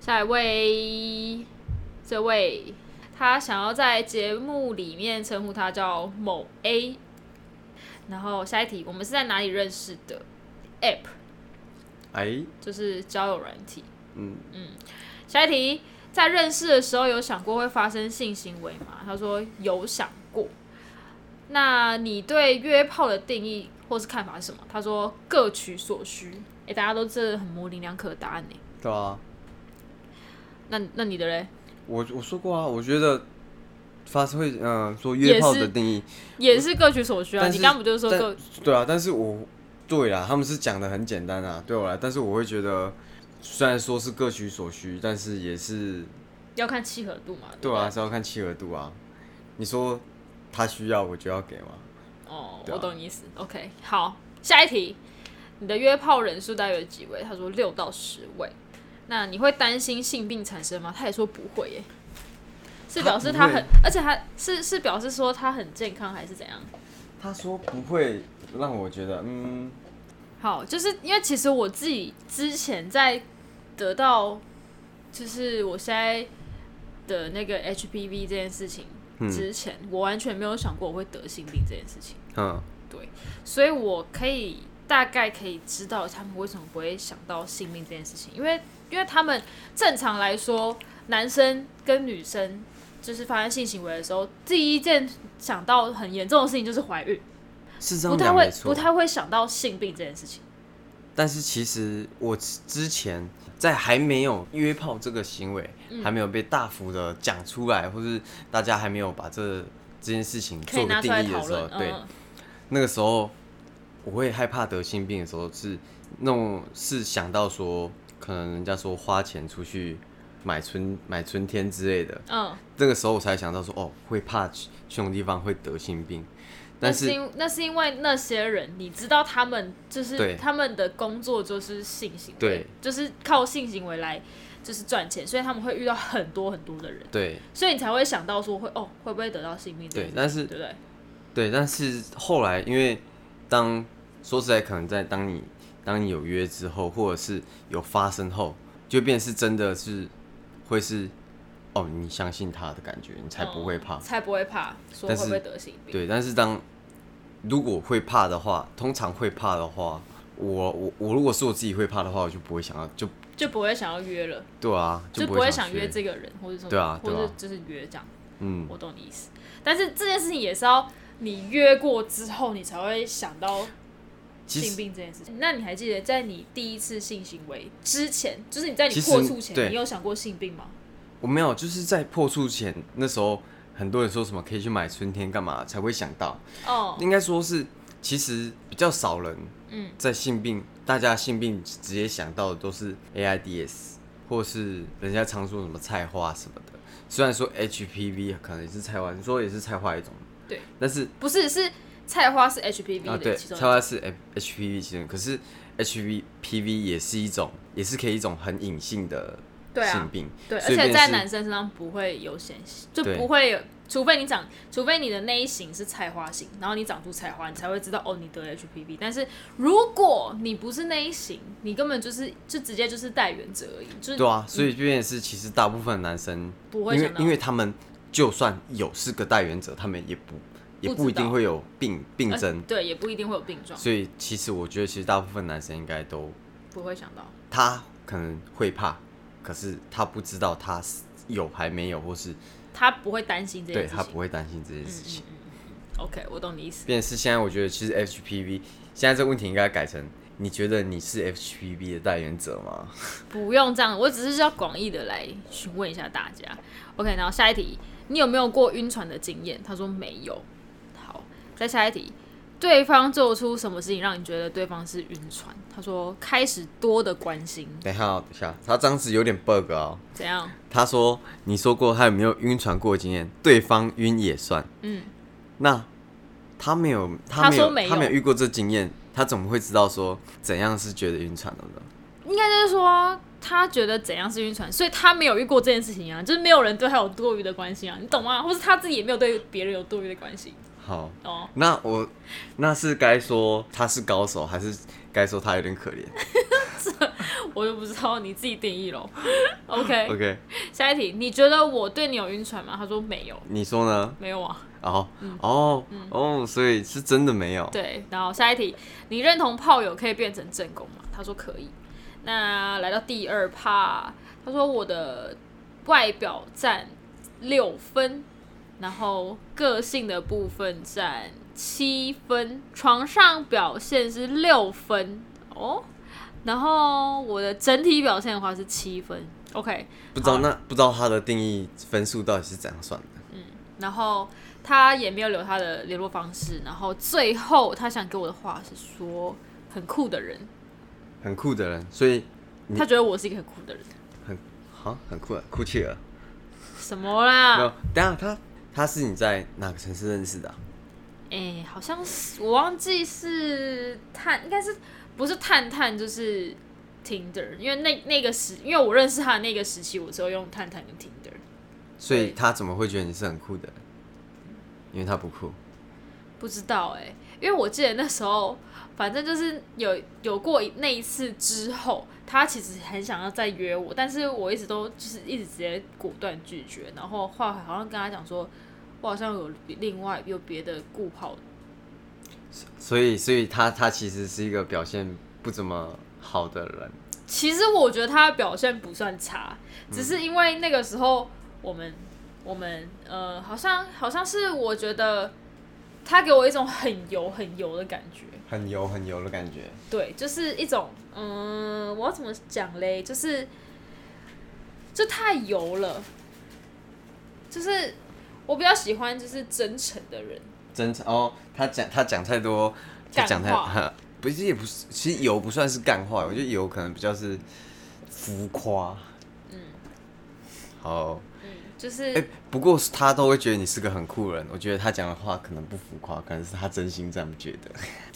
在为这位他想要在节目里面称呼他叫某 A。然后下一题，我们是在哪里认识的？App 哎，就是交友软体。嗯，下一题，在认识的时候有想过会发生性行为吗？他说有想过。那你对约炮的定义或是看法是什么？他说各取所需。哎、大家都这很模棱两可的答案呢。对啊，那那你的嘞？我我说过啊，我觉得发生会嗯、说约炮也的是定义，也是各取所需啊。但你是刚不就是说但各对啊，但是我对啊，他们是讲的很简单啊，对我来，但是我会觉得虽然说是各取所需，但是也是要看契合度嘛？对不啊，是要看契合度啊。你说他需要我就要给嘛，哦，对啊我懂你意思。OK，好，下一题，你的约炮人数大约有几位？他说六到十位。那你会担心性病产生吗？他也说不会耶，是表示他他不会很，而且他是是表示说他很健康还是怎样？他说不会让我觉得嗯，好，就是因为其实我自己之前在得到，就是我现在的那个 HPV 这件事情之前，我完全没有想过我会得性病这件事情。嗯，所以我可以大概可以知道他们为什么不会想到性命这件事情，因为因为他们正常来说，男生跟女生就是发生性行为的时候，第一件想到很严重的事情就是怀孕，是这不样太讲没会错不。太会想到性病这件事情。但是其实我之前在还没有约炮这个行为、嗯还没有被大幅的讲出来，或是大家还没有把这这件事情可以做拿出个定来义的讨时候，论，对，嗯，那个时候我会害怕得性病的时候是那种是想到说，可能人家说花钱出去买春买春天之类的，嗯，这个时候我才想到说，哦，会怕去去那种地方会得性病，但那是因那是因为那些人，你知道他们就是对他们的工作就是性行为，对，就是靠性行为来就是赚钱，所以他们会遇到很多很多的人。对所以你才会想到说会哦，会不会得到性病这件对事？，但是对不对？对，但是后来因为当说实在，可能在当你当你有约之后，或者是有发生后，就变成是真的是会是哦，你相信他的感觉，你才不会怕。嗯才不会怕说会但是不会得性病。对，但是当如果会怕的话，通常会怕的话，我我我如果是我自己会怕的话，我就不会想要就就不会想要约了，对啊，就不不会想想约去这个人，或者什么，对啊或对者啊就是约这样。嗯，我懂你意思，但是这件事情也是要你约过之后，你才会想到其性实病这件事情。那你还记得在你第一次性行为之前，就是你在你其实破处前，对你有想过性病吗？我没有，就是在破处前那时候，很多人说什么可以去买春天干嘛，才会想到。哦，应该说是，其实比较少人，嗯，在性病，大家性病直接想到的都是 AIDS，或是人家常说什么菜花什么的。虽然说 HPV 可能也是菜花，你说也是菜花一种，对，但是不是，是菜花是 HPV 的啊对，其中菜一种，花是 H p v 其中，可是 HPV 也是一种，也是可以一种很隐性的对啊性病，对，而所以且便在是男生身上不会有显性，就对不会有，除非你长，除非你的那一型是菜花型，然后你长出菜花，你才会知道哦，你得了 HPV。但是如果你不是那一型，你根本就是就直接就是带原者而已，就是 呃对啊，所以这便是其实大部分男生不会因想为到因为他们就算有是个代言者，他们也不也不知不一定道会有病病呃症，对，也不一定会有病状，所以其实我觉得，其实大部分男生应该都不会想到。他可能会怕，可是他不知道他是有还没有，或是他不会担心这对件事他情嗯不。会担心这件事情。 OK，我懂你意思。便是现在，我觉得其实 HPV 现在这个问题应该改成：你觉得你是 HPV 的代言者吗？ 不用这样，我只是要广义的来询问一下大家。OK，然后下一题，你有没有过晕船的经验？他说没有。好，再下一题，对方做出什么事情让你觉得对方是晕船？他说开始多的关心，等一下、哦，等一下，他这样子有点 bug 哦。怎样？他说：“你说过他有没有晕船过的经验？对方晕也算。嗯，那他没有，他没有，说没有他没有遇过这经验，他怎么会知道说怎样是觉得晕船的呢？应该就是说他觉得怎样是晕船，所以他没有遇过这件事情啊，就是没有人对他有多余的关心啊，你懂吗？或是他自己也没有对别人有多余的关心好，哦。那我那是该说他是高手，还是该说他有点可怜？我就不知道，你自己定义喽。OK， OK，下一题，你觉得我对你有晕船吗？他说没有，你说呢？没有啊。哦哦哦，所以是真的没有。嗯对，然后下一题，你认同炮友可以变成正宫吗？他说可以。那来到第二趴，他说我的外表占六分，然后个性的部分占七分，床上表现是六分哦，然后我的整体表现的话是七分。OK，不知道那不知道它的定义分数到底是怎样算的？然后他也没有留他的联络方式，然后最后他想给我的话是说很酷的人，很酷的人，所以你他觉得我是一个很酷的人，很好，很酷啊，酷气了。什么没有啦？，等一下他他是你在哪个城市认识的啊、哎、好像是我忘记是探，应该是不是探探就是 Tinder，因为那那个时，因为我认识他的那个时期，我只有用探探跟 Tinder。所对以他怎么会觉得你是很酷的人？因为他不酷。不知道哎、因为我记得那时候，反正就是有有过一那一次之后，他其实很想要再约我，但是我一直都就是一直直接果断拒绝。然后后来好像跟他讲说，我好像有另外有别的顾跑，所以，所以他他其实是一个表现不怎么好的人。其实我觉得他的表现不算差，只是因为那个时候我们我们呃，好像好像是我觉得他给我一种很油很油的感觉。很油很油的感觉，对，就是一种，嗯，我要怎么讲嘞？就是，就太油了，就是我比较喜欢就是真诚的人，真诚哦。他讲他讲太多，干他讲太话呵不是也不是，其实油不算是干话，我觉得油可能比较是浮夸。嗯，好。就是、哎、不过他都会觉得你是个很酷的人，我觉得他讲的话可能不浮夸，可能是他真心这样觉得。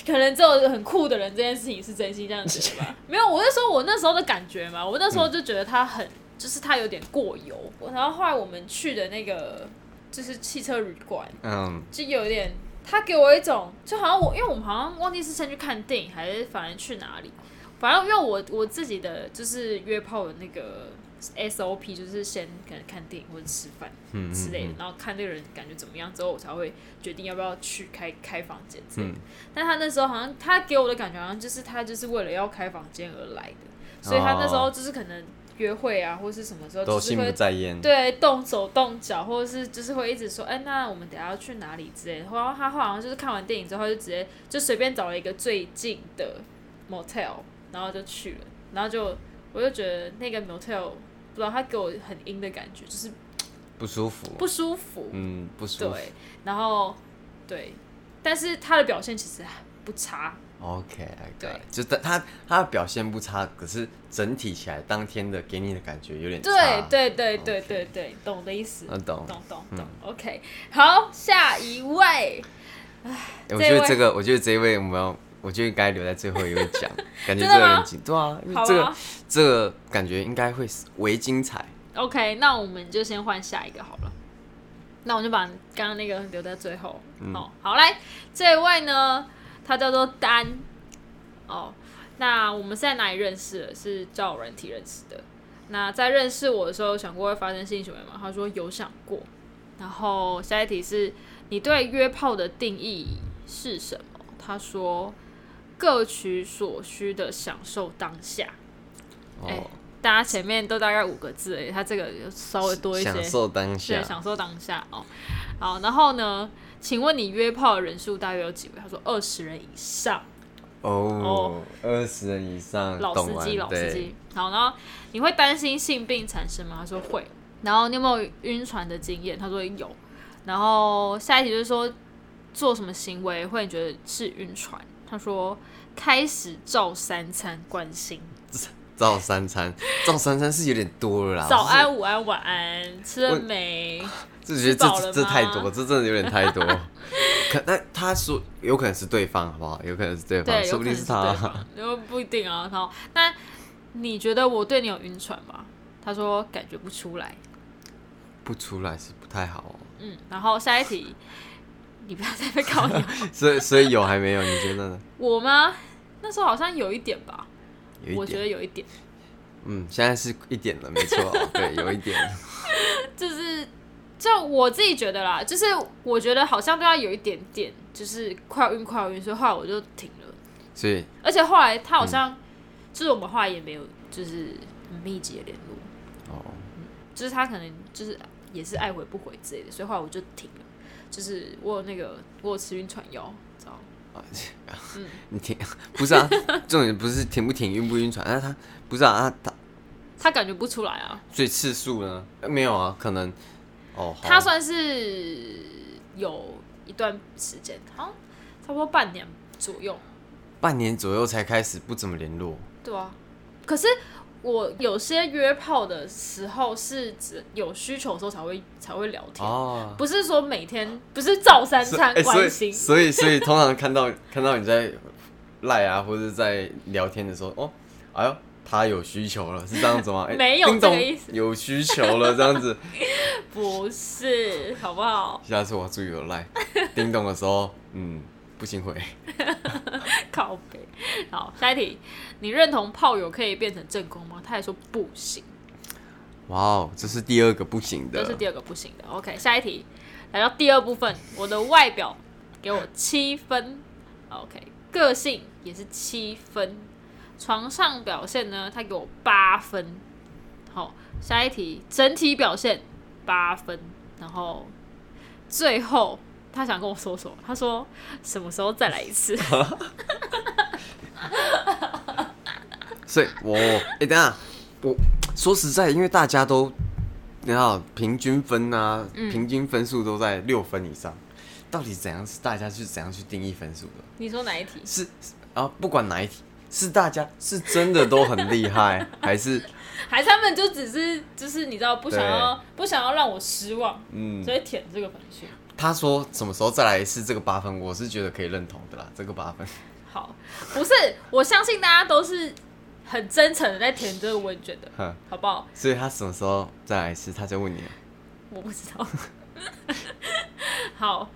可能只有很酷的人这件事情是真心这样觉得吧？没有，我是说我那时候的感觉嘛，我那时候就觉得他很，就是他有点过油。然后后来我们去的那个就是汽车旅馆，嗯，就有点，他给我一种就好像我，因为我们好像忘记是先去看电影，还是反正去哪里，反正因为我我自己的就是约炮的那个 SOP，就是先可能看电影或者吃饭嗯之类的，然后看这个人感觉怎么样之后，我才会决定要不要去开开房间之类的。嗯但他那时候好像他给我的感觉好像就是他就是为了要开房间而来的，所以他那时候就是可能约会啊或是什么时候哦都就是心会不在焉。对，动手动脚，或者是就是会一直说，哎、那我们等下要去哪里之类的。然后他好像就是看完电影之后，就直接就随便找了一个最近的 motel，然后就去了。然后就我就觉得那个 motel 不知道他给我很阴的感觉，就是不舒服。不舒服。嗯，不舒服。对，然后对，但是他的表现其实不差。 OK，I 对 got it. 就他他他的表现不差，可是整体起来当天的给你的感觉有点差。对，对对对对对，懂我的意思。我懂。嗯懂懂懂、o k 好，下一位，欸我这觉得位这个，我觉得这一位我们要，我觉得该留在最后一位 讲，感真觉这的个吗人紧，对啊，因为好啊。这个这个感觉应该会是为精彩。 OK，那我们就先换下一个好了。那我就把刚刚那个留在最后。哦，好来，这位呢，他叫做丹。哦，那我们是在哪里认识的？是交友软体认识的。那在认识我的时候，有想过会发生性行为吗？他说有想过。然后下一题是你对约炮的定义是什么？他说各取所需的享受当下。哦，哎大家前面都大概五个字而已，他这个有稍微多一些，享受当对，下。享受当下哦。好，然后呢？请问你约炮的人数大约有几位？他说二十人以上，哦，二十人以上，老呃懂司完机，老司对，机。好，然后你会担心性病产生吗？他说会。然后你有没有晕船的经验？他说有。然后下一题就是说做什么行为会觉得是晕船？他说开始照三餐关心，照三餐，照三餐是有点多了啦。早安、午安、晚安，吃了我没？就觉得吃饱了这这吗太多，这真的有点太 多。可那他说有可能是对方，好不好？有可能是对方，对，有啊说可不能定是对他。方，因为不一定啊。然后，那你觉得我对你有晕船吗？他说感觉不出来。 不出来是不太好、哦，嗯，然后下一题，你不要再被告你所以所以有还没有？你觉得呢？我吗？那时候好像有一点吧，有我一觉点，得有一点。嗯，现在是一点了，没错，哦对，有 一点，就是就我自己觉得啦，就是我觉得好像对他有一点点就是快要晕快要晕，所以后来我就停了。所以而且后来他好像、嗯就是我们后来也没有就是很密集的联络，哦，就是他可能就是也是爱回不回之类的，所以后来我就停了。就是我有那个我有吃晕船药，你知道吗？嗯 你停不是啊？重点不是停不停、晕不晕船，那他不是啊？他他他感觉不出来啊，所以次数呢？呃没有啊，可能哦，好他算是有一段时间，好像差不多半年左右，半年左右才开始不怎么联络，对啊，可是我有些约炮的时候是只有需求的时候才会才会聊天，哦，不是说每天不是照三所餐哎所关以心，所以所以通常看到 看到你在赖啊，或者在聊天的时候，哦，哎呦，他有需求了，是这样子吗？哎没有叮咚这个意思有需求了这样 子。不是好不好？下次我要注意我的赖，叮咚的时候，嗯，不行回， 靠背。好，下一题，你认同炮友可以变成正宫吗？他也说不行，哇哦，这是第二个不行的，这是第二个不行的。OK，下一题，来到第二部分，我的外表给我七分，OK，个性也是七分，床上表现呢，他给我八分。好，下一题，整体表现八分，然后最后他想跟我说什么？他说什么时候再来一次？ 所以我，哎、等一下，我说实在，因为大家都，你知道平均分啊，嗯平均分数都在六分以上，到底怎样是大家去怎样去定义分数的？你说哪一题？是啊，不管哪一题，是大家是真的都很 厉害，还是还是他们就只是就是你知道不想要不想要让我失望，嗯所，以舔这个分数。他说什么时候再来一次这个八分，我是觉得可以认同的啦，这个八分，好，不是，我相信大家都是很真诚的在填这个问卷的，哼，好不好？所以他什么时候再来一次，他在问你了，我不知道。 好，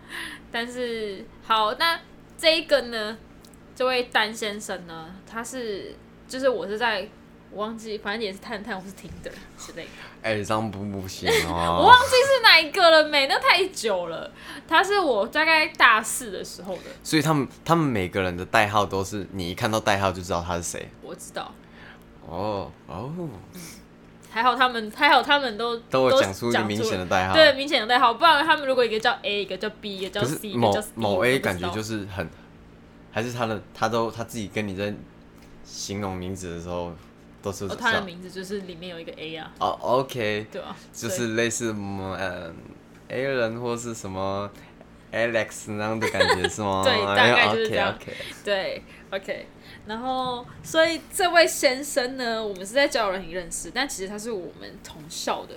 但是好，那这一个呢，这位丹先生呢，他是就是我是在。我忘记，反正也是探探，我是听的之类的，哎、这样不不行 我哦忘，记是哪一个了没？那太久了，他是我大概大四的时候的，所以他们他们每个人的代号都是你一看到代号就知道他是谁。我知道。哦哦，还好他们，还好他们都都有讲出一个明显的代号。对，明显的代号，不然他们如果一个叫 A，一个叫 B，一个叫可 C，是一个某叫 C，某 A 感觉就是是很，还是他的他都他自己跟你在形容名字的时候都是哦，他的名字就是里面有一个 A 啊，哦，OK，对吧？就所以是类似嗯嗯 A 人或是什么 Alex 那样的感觉是 吗？哎对大概就是这样 OK，对，OK。然后，所以这位先生呢，我们是在交友软件认识，但其实他是我们同校的，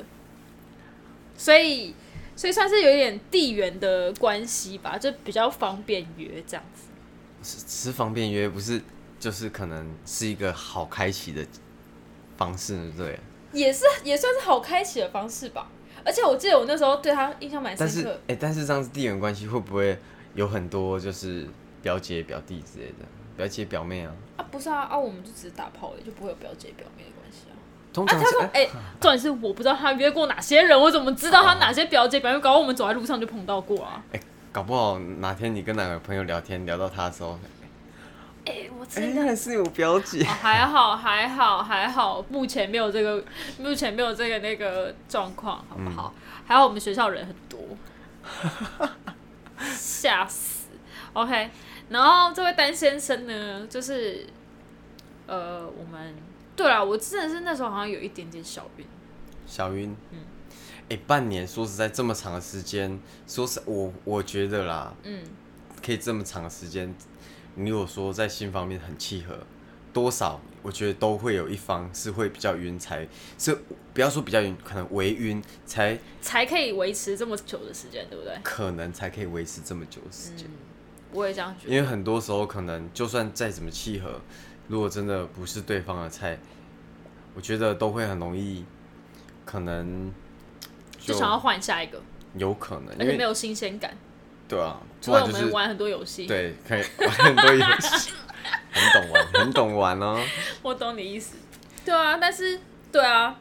所以所以算是有一点地缘的关系吧，就比较方便约这样子。是是方便约，不是就是可能是一个好开启的方式，对。也是也算是好开启的方式吧。而且我记得我那时候对他印象蛮但是深刻，哎、但是这样子地缘关系会不会有很多就是表姐表弟之类的，表姐表妹啊？啊，不是啊啊，我们就只是打炮而已，就不会有表姐表妹的关系啊。通啊，常他是、说，哎哦哎、重点是我不知道他约过哪些人，我怎么知道他哪些表姐表妹？搞不好我们走在路上就碰到过啊。哎搞不好哪天你跟哪个朋友聊天聊到他的时候，哎、我哎、真的、那是我表姐哦。还好还好还好，目前没有这个，目前没有这个那个状况，嗯好不好？还好我们学校人很多， 吓死。OK，然后这位丹先生呢，就是呃，我们对啦，我真的是那时候好像有一点点小晕，小云，嗯，哎、半年说实在这么长的时间，说实我我觉得啦，嗯，可以这么长的时间，你如果说在性方面很契合，多少我觉得都会有一方是会比较晕才，是不要说比较晕，可能微晕才才可以维持这么久的时间，对不对？可能才可以维持这么久的时嗯间。我也这样觉得。因为很多时候可能就算再怎么契合，如果真的不是对方的菜，我觉得都会很容易，可能就想要换下一个，有可能，而因且没为有新鲜感。对啊，除不非然我就是们玩很多游戏，对， 可以玩很多游戏，很懂玩，很懂玩哦。我懂你意思。对啊，但是对啊，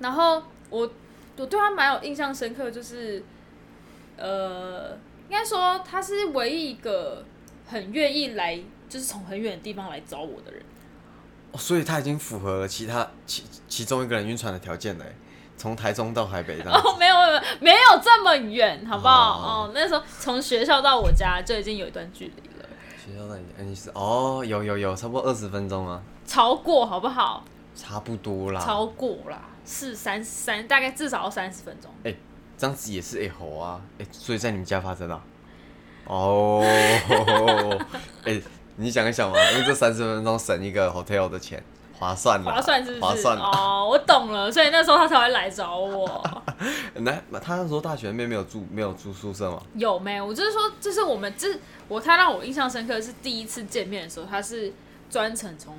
然后我我对他蛮有印象深刻，就是呃，应该说他是唯一一个很愿意来，就是从很远的地方来找我的人。 哦所以他已经符合了其他其其中一个人晕船的条件了欸，从台中到台北这样。哦，没有没有没有这么远，好不好？哦哦，那时候从学校到我家就已经有一段距离了，学校那里，哎，你是哦，有有有，差不多二十分钟啊，超过好不好？差不多啦。超过啦，是三三，大概至少要三十分钟。哎、这样子也是哎、吼啊，哎、所以在你们家发生啊？ 哦，哎、你想一想嘛，用这三十分钟省一个 hotel 的钱，划算啦，划算是不是？划算啦。哦，我懂了，所以那时候他才会来找我。那、那他那时候大学里面没有住没有住宿舍嘛？有没有？我就是说，就是我们这我他让我印象深刻的是第一次见面的时候，他是专程从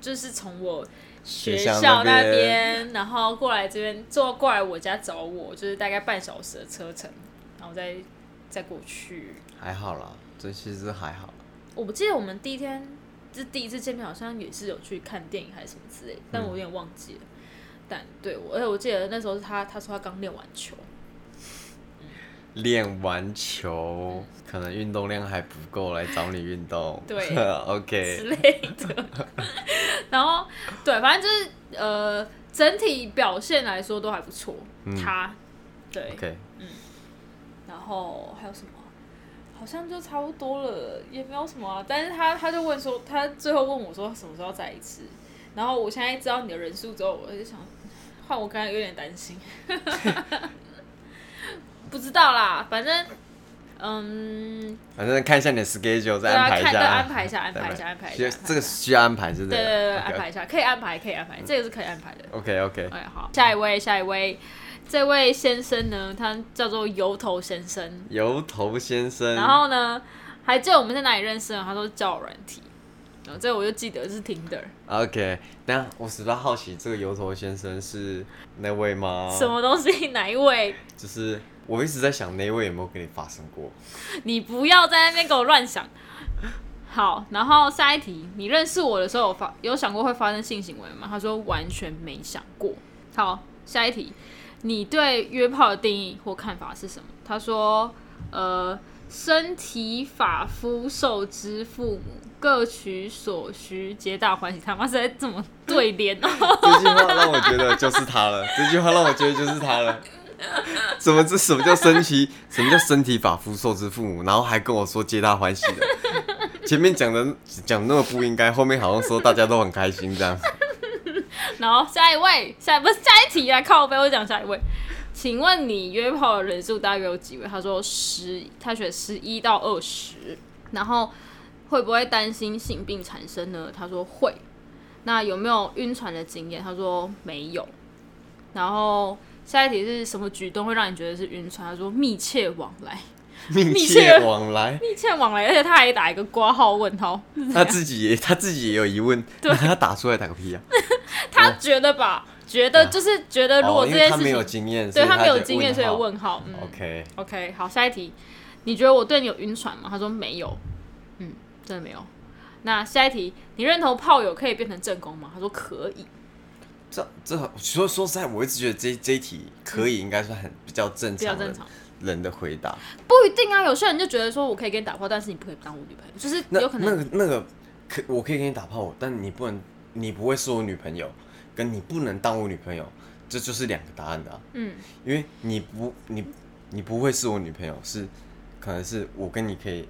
就是从我学学校校那那边边，然后过来这边坐过来我家找我，就是大概半小时的车程，然后再再过去。还好啦，这其实还好。我不记得我们第一天就是第一次见面，好像也是有去看电影还是什么之类的，但我有点忘记了。但对我，而且我记得那时候是他他说他刚练完球，练完球，可能运动量还不够，来找你运动。对 ，OK，之类的。 然后对，反正就是呃，整体表现来说都还不错。嗯他对 OK，然后还有什么？啊好像就差不多了，也没有什么啊。但是他他就问说，他最后问我说什么时候再一次。然后我现在知道你的人数之后，我就想，换我刚才有点担心， 不知道啦，反正嗯，反正看一下你的 schedule 对再啊，安排一看下对啊，安排一下，安排一下，安排一需下要，这安排一下个需要安排是不是？对对对，啊 OK，嗯安排一下，可以安排，可以安排，这个是可以安排的。 OK OK，哎，好，下一位，下一位，这位先生呢，他叫做油头先生，油头先生，然后呢，还记得我们在哪里认识呢？他说叫软体，然后这个我就记得是 Tinder，、 OK，那我实在好奇，这个油头先生是那位吗？什？么东西？ 哪一位？就是我一直在想那位有没有跟你发生过？ 你不要在那边给我乱想。好，然后下一题，你认识我的时候有发有想过会发生性行为吗？他说完全没想过。好，下一题，你对约炮的定义或看法是什么？他说，呃，身体发肤受之父母，各取所需，皆大欢喜。他妈是在怎么对联哦？ 这句话让我觉得就是他了，这句话让我觉得就是他了。什么这什么叫身体？什么叫身体发肤受之父母？然后还跟我说皆大欢喜的，前面讲的讲那么不应该，后面好像说大家都很开心这样。然后下一位，下不是下一题啊，靠背，我讲下一位。请问你约炮的人数大约有几位？他说十，他选十一到二十。然后会不会担心性病产生呢？他说会。那有没有晕船的经验？他说没有。然后下一题是什么举动会让你觉得是晕船？他说密切往来，密密切切往来，密切往来，而且他还打一个挂号问哦号，他自己也他自己也有疑问，对他打出来打个屁啊！他觉得吧，觉得就是觉得如果哦这因为件他事没情，有经验，所对以他没有经验，所就以号。哦问号。嗯 OK， OK，好，下一题，你觉得我对你有晕船吗？他说没有，嗯，真的没有。那下一题，你认同炮友可以变成正宫吗？他说可以，这这很说说实在，我一直觉得这这一题可以，应该算很比较正比较常的正常，人的回答。不一定啊。有些人就觉得说我可以跟你打炮，但是你不可以当我女朋友，就是那有可那能个那个可我可以给你打炮，但你不能，你不会是我女朋友，跟你不能当我女朋友，这就是两个答案的、啊。嗯，因为你不你你不会是我女朋友，是可能是我跟你可以，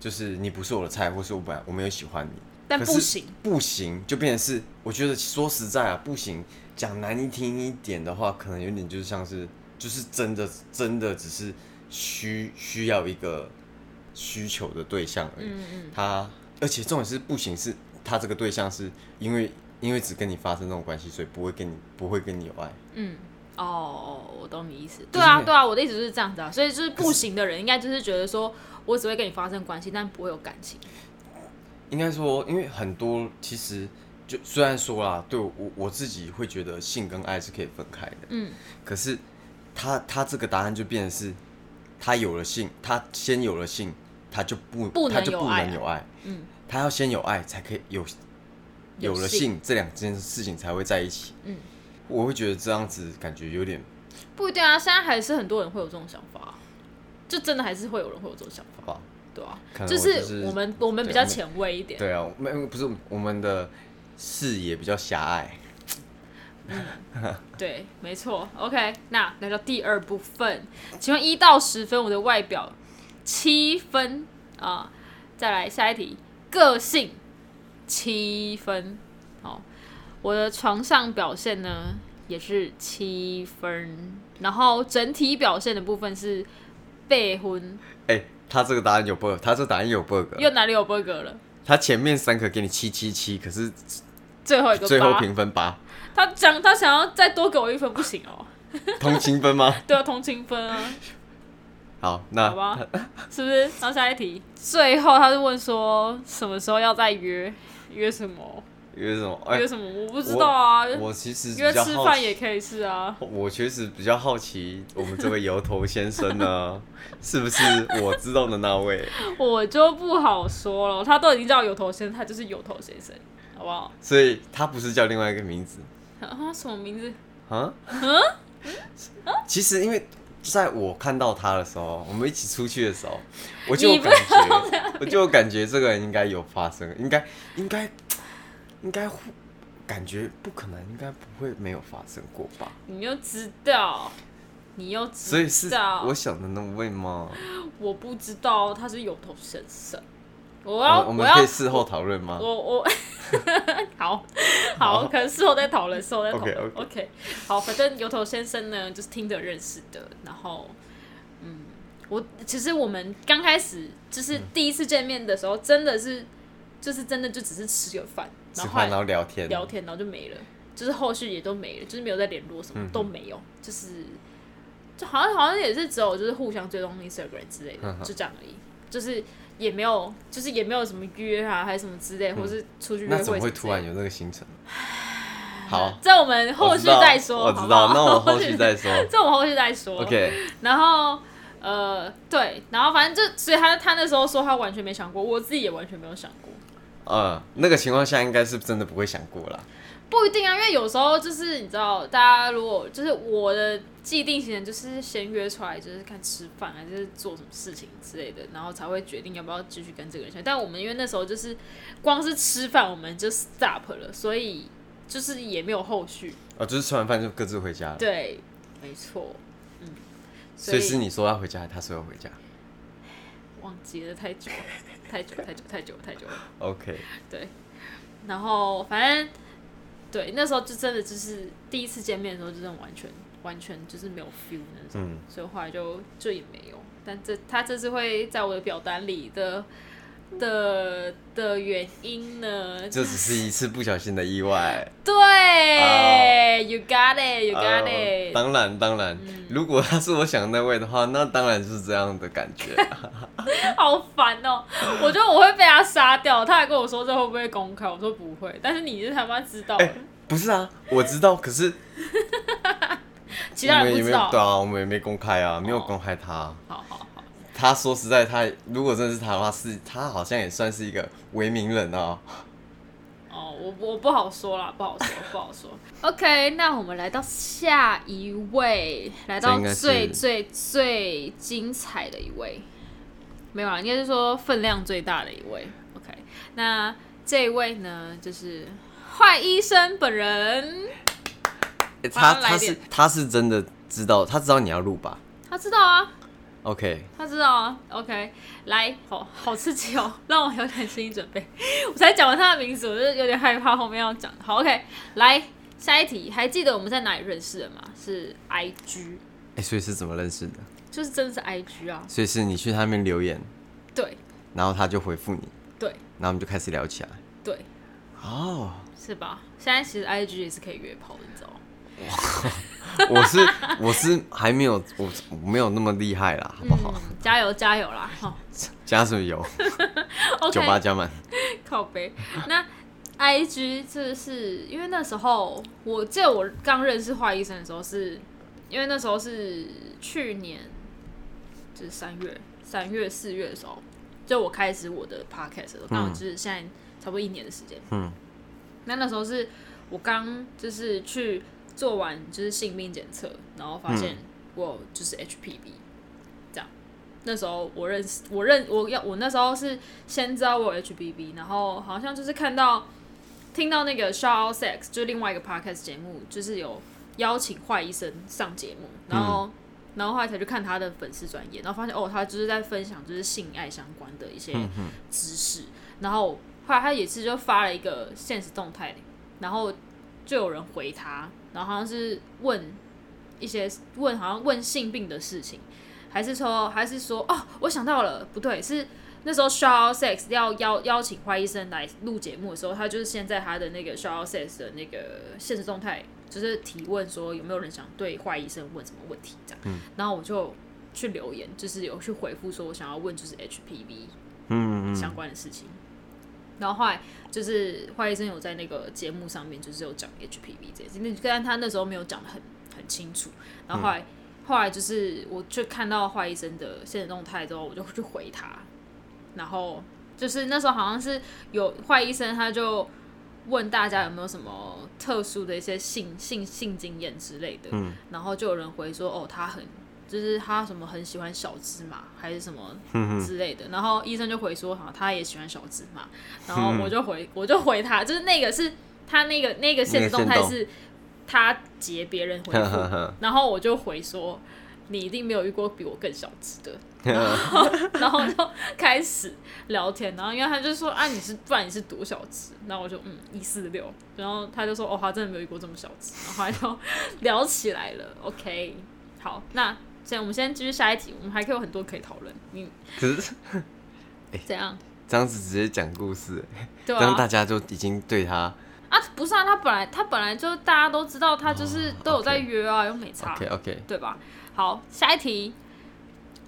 就是你不是我的菜，或是我本来我没有喜欢你，但可是不行，不行就变成是，我觉得说实在啊，不行，讲难一听一点的话，可能有点就是像是就是真的真的只是需需要一个需求的对象而已，嗯嗯，他而且重点是不行是他这个对象是因为因为只跟你发生这种关系，所以不会跟你不会跟你有爱。嗯，哦，我懂你意思。就对是啊，那对啊，我的意思就是这样子啊。所以就是不行的人，应该就是觉得说我只会跟你发生关系，但不会有感情。应该说，因为很多其实就虽然说啦，对我我自己会觉得性跟爱是可以分开的，嗯，可是他他这个答案就变成是，他有了性，他先有了性，他就不不能他就有不爱能有爱，嗯，他要先有爱才可以有有有了性性，这两件事情才会在一起。嗯，我会觉得这样子感觉有点不一定啊，现在还是很多人会有这种想法啊，就真的还是会有人会有这种想法，吧？对啊，可能就我就是是我们我们比较前卫一点，对啊，没不是我们的视野比较狭隘。对，没错。OK，那来到第二部分，请问一到十分，我的外表七分啊、再来下一题，个性七分，好，我的床上表现呢也是七分，然后整体表现的部分是被婚，哎、他这个答案有 bug，他这个答案有 bug。又哪里有 bug 了？他前面三个给你七七七，可是最后一个最后八评分 八，他讲他想要再多给我一分不行哦，同情分吗？对啊，同情分啊。好，好那吧，是不是？然后下一题，最后他就问说什么时候要再约，约什么？约什么？哎、约什么？我不知道啊。我其实比约较吃好饭奇也可以是啊。我确实比较好奇，我们这位油头先生呢，是不是我知道的那位？我就不好说了，他都已经叫有头先生，他就是有头先生，好不好？所以他不是叫另外一个名字啊，什么名字？啊？嗯其实因为在我看到他的时候，我们一起出去的 时候，我就有你不感觉，我就有感觉这个人应该有发生，应该应该应该会感觉不可能，应该不会没有发生过吧？你又知道，你又知道，所以是我想的那位吗？我不知道他是有头先生。我我要，们我我们要可以事后讨论吗？我我 好好，好可能事后再讨论，事后再讨论。 OK，OK OK，好，反正油头先生呢，就是听着认识的，然后嗯，我其实我们刚开始就是嗯第一次见面的时候，真的是就是真的就只是吃个饭，吃然后后饭然来后聊天，聊天，然后就没了，就是后续也都没了，就是没有再联络，什么嗯都没有，就是就好像好像也是只有就是互相追踪 Instagram 之类的嗯，哼就这样而已，就是。也没有，就是也没有什么约啊，还是什么之类，或是出去约嗯那会怎么会什之突然类的？有那个行程？好，这我们后我续知道再说，我好知不好 道，那我后续再说。这我们后续再说。 OK，然后呃，对，然后反正就，所以他他那时候说他完全没想过，我自己也完全没有想过。嗯，那个情况下应该是真的不会想过啦。不一定啊，因为有时候就是你知道，大家如果就是我的既定行程就是先约出来，啊就是看吃饭还是做什么事情之类的，然后才会决定要不要继续跟这个人相处。但我们因为那时候就是光是吃饭我们就 stop 了，所以就是也没有后续。哦，就是吃完饭就各自回家了。对，没错，嗯，所以是你说要回家，他说要回家。忘记了太久了，太久太久太久太久了。 OK，然后反正对那时候就真的就是第一次见面的时候，就真的完全完全就是没有 feel 那种，嗯所以后来就就也没有。但这他这次会在我的表单里的的的原因呢？这只是一次不小心的 意外。对、哦 y o u got it，you got 哦 it、当然当然，嗯如果他是我想的那位的话，那当然是这样的感觉。啊 好烦哦、我觉得我会被他杀掉。他还跟我说这会不会公开，我说不会，但是你是他妈知道的，哎不是啊，我知道，可是其我他们人也不知没有道。对啊，我们也没公开啊，没有哦公开他。好好好，他说实在，他如果真的是他的话，是他好像也算是一个为名人啊。哦，我不我不好说啦，不好说，不好说。OK，那我们来到下一位，来这到应该是最最最精彩的一位，没有啦，应该是说分量最大的一位。OK，那这一位呢，就是坏医生本人，欸他马上来他电是他是真的知道，他知道你要录吧他知道啊， ？OK，他知道啊，OK，来，好好刺激哦， 让我有点心理准备。 我才讲完他的名字，我就有点害怕后面要讲。好，OK，来下一题，还记得我们在哪里认识的吗？是 IG，哎、所以是怎么认识的？就是真的是 IG 啊。所以是你去他那边留言，对然后他就回复你，对然后我们就开始聊起来。对，哦，是吧？现在其实 IG 也是可以约炮的，你知道吗？我是我是还没有我我没有那么厉害啦，好不好？嗯，加油加油啦！哈、加什么油？ o 酒吧 k 加满。 靠背。那 IG 就是因为那时候我记得我刚认识华医生的时候是，因为那时候是去年，就是三月、三月、四月的时候，就我开始我的 podcast 的时候，刚好就是现在差不多一年的时间。嗯，那那时候是我刚就是去做完就是性病检测，然后发现我有就是 HPV，、这样。那时候我认识我认我要我那时候是先知道我有 HPV，然后好像就是看到听到那个 Shout Out Sex，就是另外一个 podcast 节目，就是有邀请坏医生上节目，然后、然后后来才去看他的粉丝专业，然后发现哦，他就是在分享就是性爱相关的一些知识，然后后来他也是就发了一个现实动态，然后就有人回他，然后好像是问一些问好像问性病的事情，还是说还是说哦，我想到了，不对，是那时候 Shout Out Sex 要邀邀请坏医生来录节目的时候，他就是先在他的那个 Shout Out Sex 的那个现实动态，就是提问说有没有人想对坏医生问什么问题这样，嗯然后我就去留言，就是有去回复说我想要问就是 HPV 嗯嗯相关的事情。然后后来就是坏医生有在那个节目上面就是有讲 HPV 这件事，那但他那时候没有讲的很很清楚。然后后来、后来就是我就看到坏医生的现实动态之后，我就去回他，然后就是那时候好像是有坏医生他就问大家有没有什么特殊的一些性性性经验之类的，嗯然后就有人回说哦他很。就是他什么很喜欢小芝麻，还是什么嗯之类的。然后医生就回说，哈，他也喜欢小芝麻。然后我就回，我就回他，就是那个是他那个那个现实动态那个是他截别人回呵 复，呵呵然后我就回说，你一定没有遇过比我更小只的。呵，然后就开始聊天，然后因为他就说啊，你是不然你是多小只，然后我就嗯一四六，然后他就说哦，他真的没有遇过这么小只，然后他就哦聊起来了。OK，好，那这样我们先继续下一题，我们还可以有很多可以讨论。你 可是哎怎样？这样子直接讲故事，欸对这样大啊，家就已经对他啊不是啊，他本来他本来就大家都知道，他就是哦都有在 OK 约啊，又没差 OK OK，对吧？好，下一题。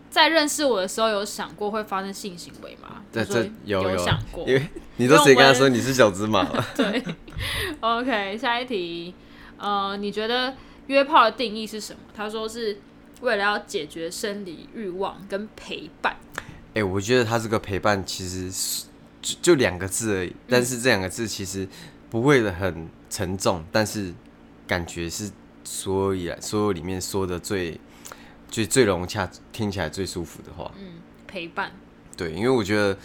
在认识我的时候，有想过会发生性行为吗？这他说这有有想过，因为你都直接跟他说论你是小芝麻了，对 ，OK，下一题，呃，你觉得约炮的定义是什么？他说是为了要解决生理欲望跟陪伴。哎、我觉得他这个陪伴其实是就就两个字而已，但是这两个字其实不会的很沉重，但是感觉是所有以来所有里面说的最最最融洽，听起来最舒服的话。嗯，陪伴。对，因为我觉得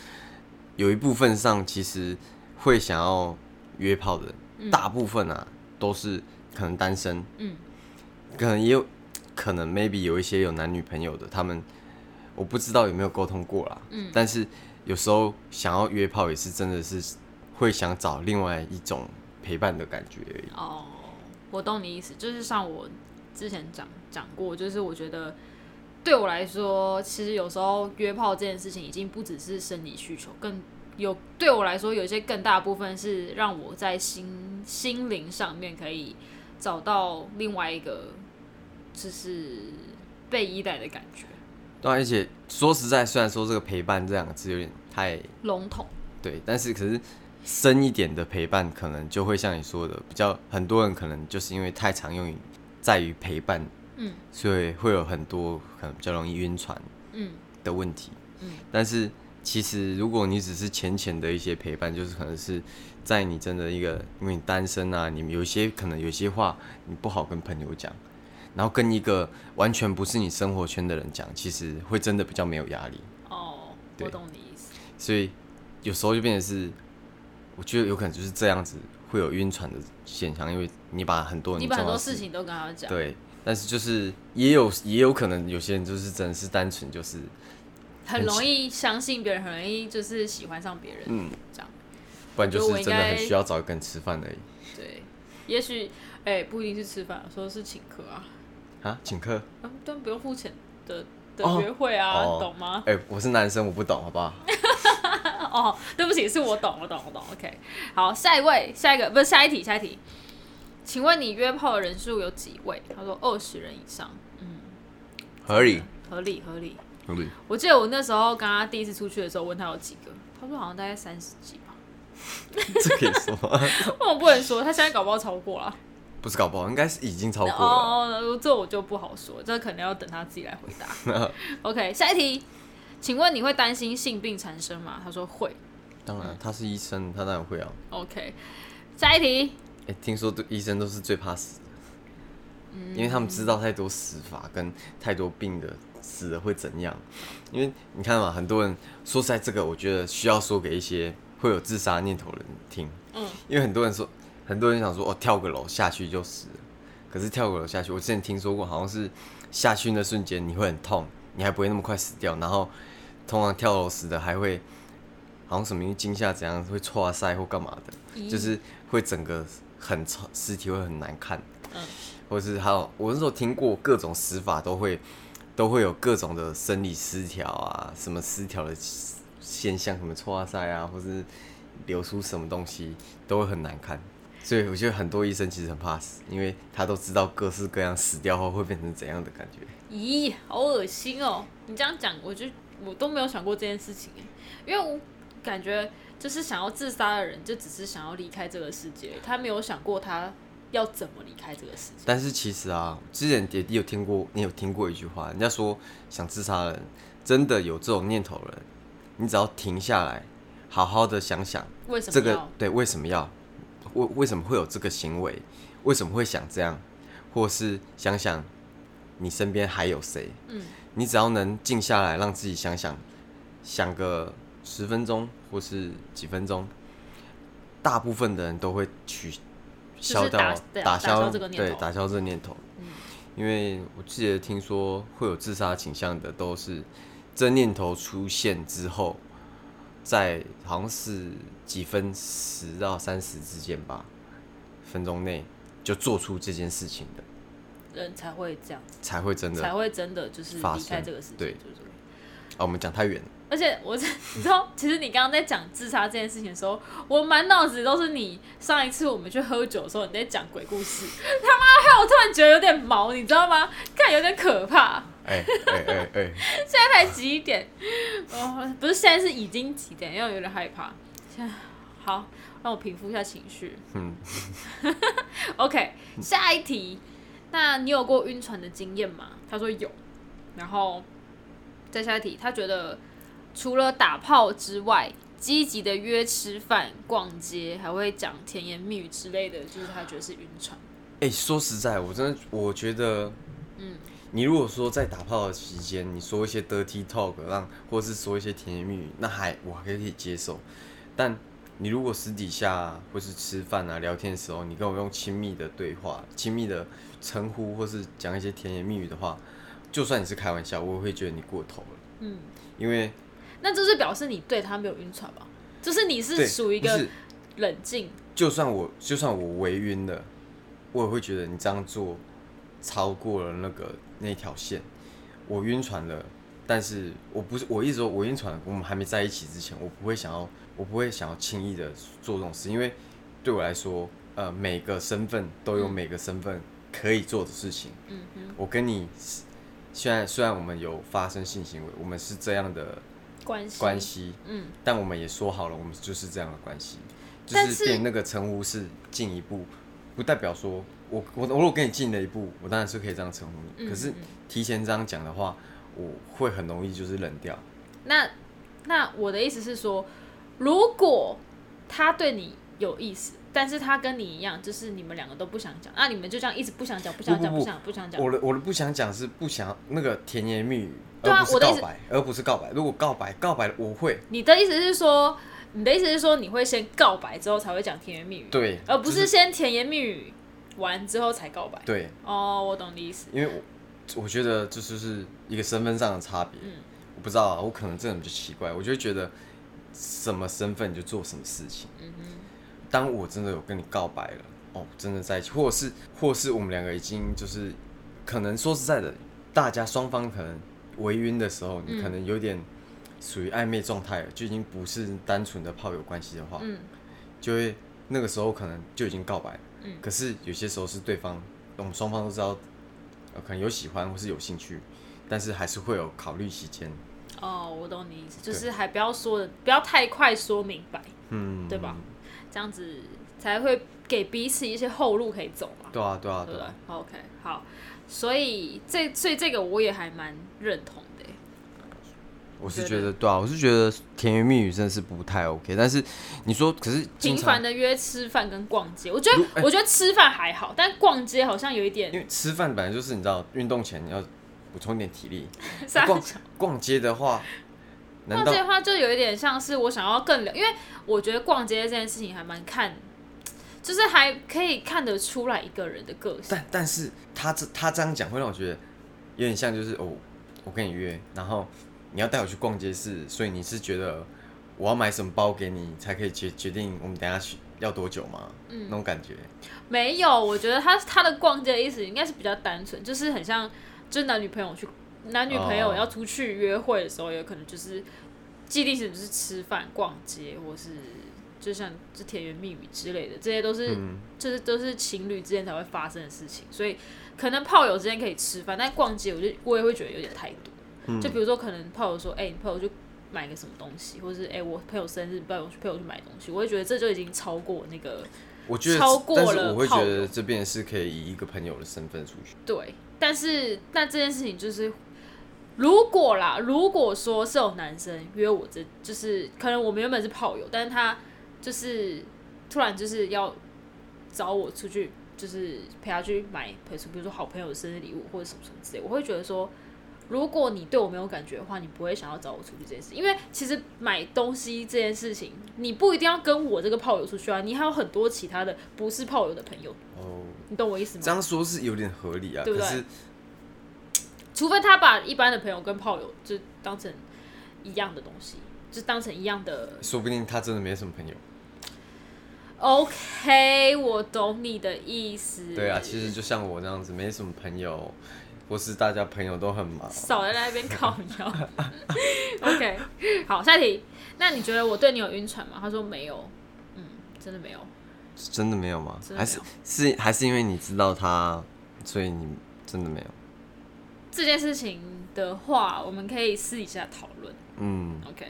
有一部分上其实会想要约炮的，大部分啊都是可能单身，嗯，可能也有可能 maybe 有一些有男女朋友的，他们我不知道有没有沟通过啦，嗯，但是有时候想要约炮也是真的是会想找另外一种陪伴的感觉而已，哦，我懂你意思，就是像我之前讲讲过，就是我觉得对我来说，其实有时候约炮这件事情已经不只是生理需求，更有对我来说有一些更大部分是让我在心心灵上面可以找到另外一个就是被依赖的感觉，对啊、而且说实在，虽然说这个陪伴这两个字有点太笼统。对，但是可是深一点的陪伴，可能就会像你说的，比较很多人可能就是因为太常用于在于陪伴，嗯，所以会有很多可能比较容易晕船嗯的问题。嗯，但是其实如果你只是浅浅的一些陪伴，就是可能是在你真的一个，因为你单身啊，你有一些可能有些话你不好跟朋友讲。然后跟一个完全不是你生活圈的人讲，其实会真的比较没有压力。哦，我对懂你意思。所以有时候就变成是，我觉得有可能就是这样子会有晕船的现象，因为你把很多人你把很重多要的事情都跟他讲，对，但是就是也有也有可能有些人就是真的是单纯就是很容易相信别人，很容易就是喜欢上别人，嗯，这样。不然就我觉得我是应真的很该需要找一个人吃饭而已对，也许哎、不一定是吃饭，说是请客啊，啊，请客。啊但不用付钱的哦的约会啊，哦懂吗？哎、我是男生，我不懂，好不好？哦，对不起，是我懂，我懂，我懂。OK，好，下一位，下一个不是下一题，下一题，请问你约炮的人数有几位？他说二十人以上，合理，合理合理。合理。我记得我那时候跟他第一次出去的时候，问他有几个，他说好像大概三十几吧。 这可以说吗 我不能说，他现在搞不好超过了。不是搞不好，应该是已经超过了。哦哦，这我就不好说，这可能要等他自己来回 答。OK，下一题，请问你会担心性病缠身吗？他说会。当然，他是医生，他当然会啊。 OK，下一题，哎、听说对医生都是最怕死的，因为他们知道太多死法跟太多病的死了会怎样。因为你看嘛，很多人说实在这个，我觉得需要说给一些会有自杀念头的人听。嗯，因为很多人说，很多人想说哦，跳个楼下去就死了，可是跳个楼下去，我之前听说过，好像是下去那瞬间你会很痛，你还不会那么快死掉，然后通常跳楼死的还会好像什么因为惊吓怎样会挫塞或干嘛的，咦就是会整个很丑尸体会很难看，嗯，或者是还有我那时候听过各种死法都会都会有各种的生理失调啊，什么失调的现象，什么挫塞啊，或是流出什么东西都会很难看。所以我觉得很多医生其实很怕死，因为他都知道各式各样死掉后会变成怎样的感觉。咦，好恶心哦！你这样讲，我就我都没有想过这件事情耶，因为我感觉就是想要自杀的人，就只是想要离开这个世界，他没有想过他要怎么离开这个世界。但是其实啊，之前也有听过，你有听过一句话，人家说想自杀的人，真的有这种念头的人，你只要停下来，好好的想想为什么这要？个对为什么要，为为什么会有这个行为，为什么会想这样，或是想想你身边还有谁，嗯，你只要能静下来，让自己想想，想个十分钟或是几分钟，大部分的人都会取消掉、打对啊打消消这个念头嗯对打消这个念头。因为我记得听说会有自杀倾向的，都是这念头出现之后，在好像是几分十到三十之间吧，分钟内就做出这件事情的，人才会这样，才会真的。才会真的就是发离生开这个世界。对就是这个啊，我们讲太远了。而且我是， 你知道，其实你刚刚在讲自杀这件事情的时候，我满脑子都是你上一次我们去喝酒的时候你在讲鬼故事，他妈害我突然觉得有点毛，你知道吗？看有点可怕。哎哎哎哎，现在才几点？哦，不是，现在是已经几点？因为我有点害怕。现在好，让我平复一下情绪。嗯。 OK，下一题。那你有过晕船的经验吗？他说有。然后再下一题，他觉得除了打炮之外，积极的约吃饭、逛街，还会讲甜言蜜语之类的，就是他觉得是晕船。哎、说实在，我真的我觉得，嗯，你如果说在打炮的期间，你说一些 dirty talk，让或是说一些甜言蜜语，那还我还可以接受。但你如果私底下、或是吃饭啊、聊天的时候，你跟我用亲密的对话、亲密的称呼，或是讲一些甜言蜜语的话，就算你是开玩笑，我也会觉得你过头了，嗯，因为那就是表示你对他没有晕船吧？就是你是对属于一不个是冷静，就算我就算我微晕了，我也会觉得你这样做超过了那个那条线，我晕船了。但是我不是我一直说我晕船，我们还没在一起之前，我不会想要，我不会想要轻易的做这种事，因为对我来说，呃，每个身份都有每个身份可以做的事情。嗯哼，我跟你是虽然虽然我们有发生性行为，我们是这样的关系关，系，嗯，但我们也说好了，我们就是这样的关系，就但是是变那个称呼是进一步，不代表说我我我如果跟你进了一步，我当然是可以这样称呼你，嗯可是嗯提前这样讲的话，我会很容易就是冷掉。那那我的意思是说，如果他对你有意思，但是他跟你一样，就是你们两个都不想讲，那你们就这样一直不想讲，不想讲，不不不不想不想讲。我的我的不想讲是不想那个甜言蜜语，对啊而我不是的意告思白，而不是告白。如果告白告白，我会你的意思是说，你的意思是说，你会先告白之后才会讲甜言蜜语，，对，而不就是先甜言蜜语完之后才告白。对，哦，我懂你的意思。因为我我觉得这就是一个身份上的差别。嗯我不知道啊，我可能这人比较奇怪，我就会觉得什么身份你就做什么事情。嗯哼，当我真的有跟你告白了，哦，真的在一起，或者是或者是我们两个已经就是，可能说实在的，大家双方可能微晕的时候，嗯你可能有点属于暧昧状态了，就已经不是单纯的炮友关系的话，嗯就会那个时候可能就已经告白了。嗯可是有些时候是对方，我们双方都知道，呃，可能有喜欢或是有兴趣，但是还是会有考虑期间。哦，我懂你的意思，就对是还不要说的，不要太快说明白，嗯，对吧？？这样子才会给彼此一些后路可以走嘛。对啊，对啊，对不对对啊。 ？OK，好，所以这所以这个我也还蛮认同的欸。我是觉得对啊，我是觉得甜言蜜语真的是不太 OK。但是你说，可是经频常繁的约吃饭跟逛街，我觉如哎得、我觉得吃饭还好，但逛街好像有一点因 为吃饭本来就是你知道，运动前你要补充一点体 力。撒哎逛娇逛街的 话，难逛道街的话，就有一点像是我想要更了，因为我觉得逛街这件事情还蛮看，就是还可以看得出来一个人的个性。但但是他这他这样讲会让我觉得有点像就是哦，我跟你约，然后你要带我去逛街市，所以你是觉得我要买什么包给你才可以决决定我们等一下去要多久吗？嗯，那种感觉。没有，我觉得他他的逛街的意思应该是比较单纯，就是很像，就是男女朋友去男女朋友哦要出去约会的时候，有可能就是既定性就是吃饭、逛街，或是就像就甜言蜜语之类的，这些都是、嗯，就是都是情侣之间才会发生的事情，所以可能炮友之间可以吃饭，但逛街我就我也会觉得有点太多。就比如说，可能炮友说：“哎、你朋友去买个什么东西，或是哎、我朋友生日，不要我去陪我去买东西。”我会觉得这就已经超过那个我觉得超过但是了我会觉炮得友这边是可以以一个朋友的身份出去。对，但是那这件事情就是，如果啦，如果说是有男生约我这，就是可能我们原本是炮友，但是他就是突然就是要找我出去，就是陪他去买，陪比如说好朋友的生日礼物或者什么什么之类，我会觉得说。如果你对我没有感觉的话，你不会想要找我出去这件事，因为其实买东西这件事情，你不一定要跟我这个炮友出去啊，你还有很多其他的不是炮友的朋友，哦，你懂我意思吗这？样说是有点合理啊，对不可对是除非他把一般的朋友跟炮友就当成一样的东西，就当成一样的。说不定他真的没什么朋友。 OK，我懂你的意思。对啊，其实就像我那样子，没什么朋友，或是大家朋友都很忙。少在那边靠腰。OK，好，下一题。那你觉得我对你有晕船吗？他说没有，嗯，真的没有。真的没有吗？真的没有还是是还是因为你知道他，所以你真的没有？这件事情的话，我们可以私底下讨论。嗯， OK，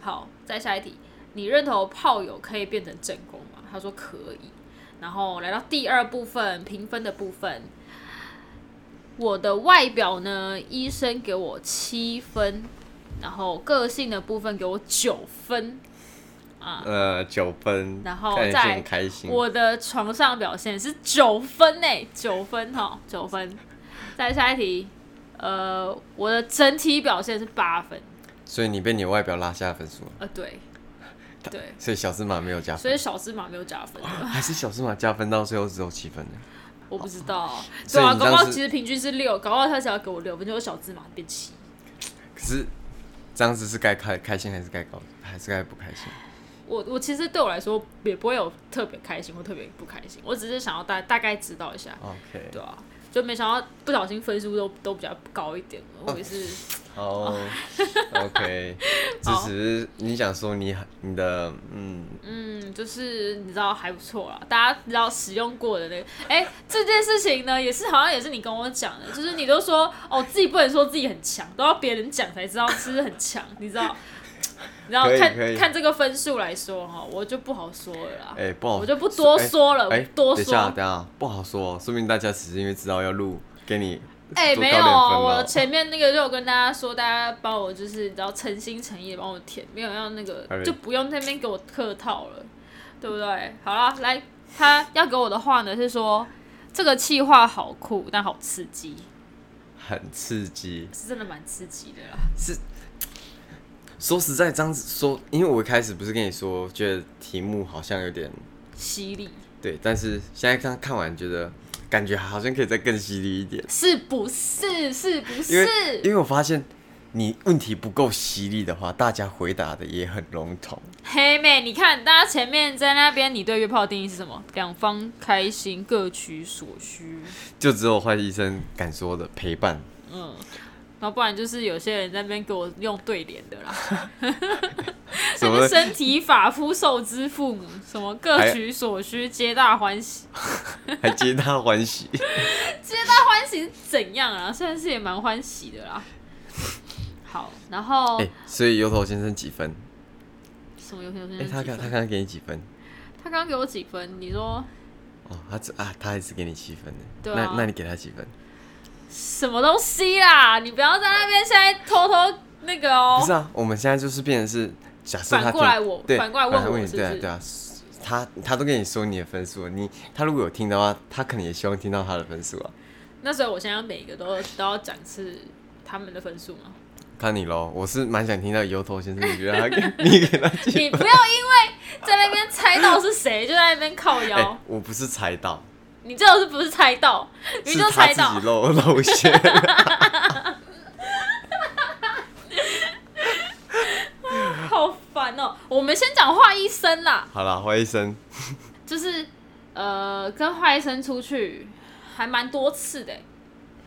好，再下一题，你认同炮友可以变成正宫吗？他说可以。然后来到第二部分评分的部分，我的外表呢，医生给我七分，然后个性的部分给我九分，呃，九分，啊然后看起来再很开心。我的床上表现是九分呢、九分哈，九分。再下一题，呃，我的整体表现是八分，所以你被你的外表拉下分数了，呃，对，对，所以小芝麻没有加所分，以小芝麻没有加分。 还是小芝麻加分到最后只有七分呢？我不知道，哦所对以啊，你搞不当好时其实平均是六，搞不好他只要给我六分，结果小芝麻变七。可是这样子是该开开心还是该高还是该不开心？我我其实对我来说也不会有特别开心或特别不开心，我只是想要大大概知道一下， OK，对啊，就没想到不小心分数都都比较高一点，我也是 好哦，OK，只是你想说你很你的嗯，嗯，就是你知道还不错啦，大家知道使用过的那个，哎、这件事情呢，也是好像也是你跟我讲的，就是你都说哦，自己不能说自己很强，都要别人讲才知道是不是很强，你知 道？你知道可以看可以看这个分数来说哈，我就不好说了啦，哎，不好，我就不多哎说了，哎、我多等一下，说。等一下，不好说、哦，说明大家只是因为知道要录，给你哎、 多没高有，点分我哦前面那个就有跟大家说，大家帮我就是你知道诚心诚意的帮我填，没有要那个 OK 就不用在那边给我客套了，对不对？好啦，来，他要给我的话呢是说这个气话好酷，但好刺激，很刺激。是真的蛮刺激的啦。说实在，这样子说，因为我一开始不是跟你说，觉得题目好像有点犀利对，但是现在看看完，觉得感觉好像可以再更犀利一点，是不是？是不因为因是？为我发现你问题不够犀利的话，大家回答的也很笼统。黑妹，你看大家前面在那边，你对约炮的定义是什么？两方开心，各取所需。就只有坏医生敢说的陪伴，嗯，然后不然就是有些人在那边给我用对联的啦，什那么 哎个身体发肤受之父母，什么各取所需，皆大欢喜。还皆大 欢喜。欢喜是怎样啊？虽然是也蛮欢喜的啦。好，然后、哎、所以油头先生几分？什么游戏游戏哎、游戏？他刚他刚刚给你几分？他刚刚给我几分？你说哦，他只啊，他还只给你七分呢。对啊那那你给他几分？什么东西啦？你不要在那边现在偷偷那个哦不，是啊，我们现在就是变成是假设他反过听来我对，反过来问我你，是对啊不是对啊，他他都跟你说你的分数了，你他如果有听的话，他可能也希望听到他的分数啊。那所以我现在每一个都都要展示他们的分数 吗？看你喽，我是蛮想听到油头先生，你觉得他 给你给他记你不要因为在那边猜到是谁，就在那边靠哎、腰。我不是猜到，你这是不是猜到？你是就他猜自到己，露露馅。 好烦哦、我们先讲华医生啦，好了，花医生，就是呃，跟华医生出去还蛮多次的欸、